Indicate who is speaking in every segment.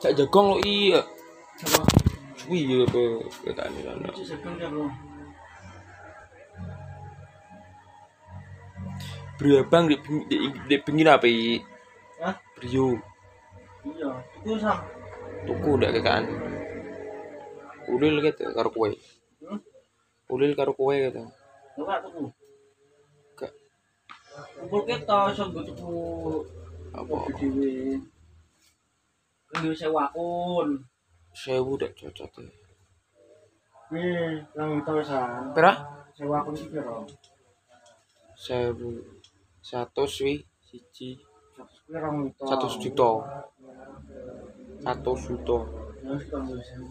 Speaker 1: Cak jagong lo iya. Wih, iya pe kita ini kan. Brio abang di ping- di di pinggir apa i?
Speaker 2: Hah?
Speaker 1: Brio,
Speaker 2: Iya, itu sam.
Speaker 1: tuku ndak kekaan. Ulil gitu karo kue.
Speaker 2: Hmm?
Speaker 1: Ulil karo kue gitu.
Speaker 2: Enggak tuku.
Speaker 1: Gak.
Speaker 2: Kumpul kita iso nggo tuku
Speaker 1: Apa?
Speaker 2: mobil dhewe. Kan yo sewakun.
Speaker 1: Sewu ndak cocok.
Speaker 2: Wih, nang itu sam.
Speaker 1: Berapa?
Speaker 2: Sewakun iki piro?
Speaker 1: Sewu. Satu swi siji.
Speaker 2: 100 piro itu.
Speaker 1: Satu juta. Satu juta.
Speaker 2: Terus kan yo sewu.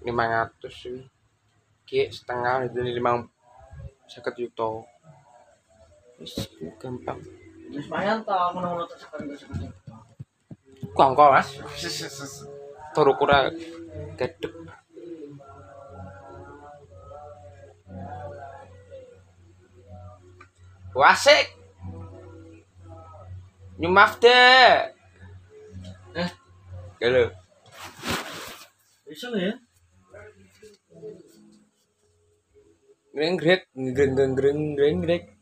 Speaker 1: lima ratus sih kayak setengah dari lima seket juta wis gampang
Speaker 2: Wis mayan ta ngono-ngono tekan-tekan.
Speaker 1: kok angko mas turu kura gedek wasik nyumaf deh eh halo
Speaker 2: Bisa lho ya.
Speaker 1: greng greng greng greng greng greng greng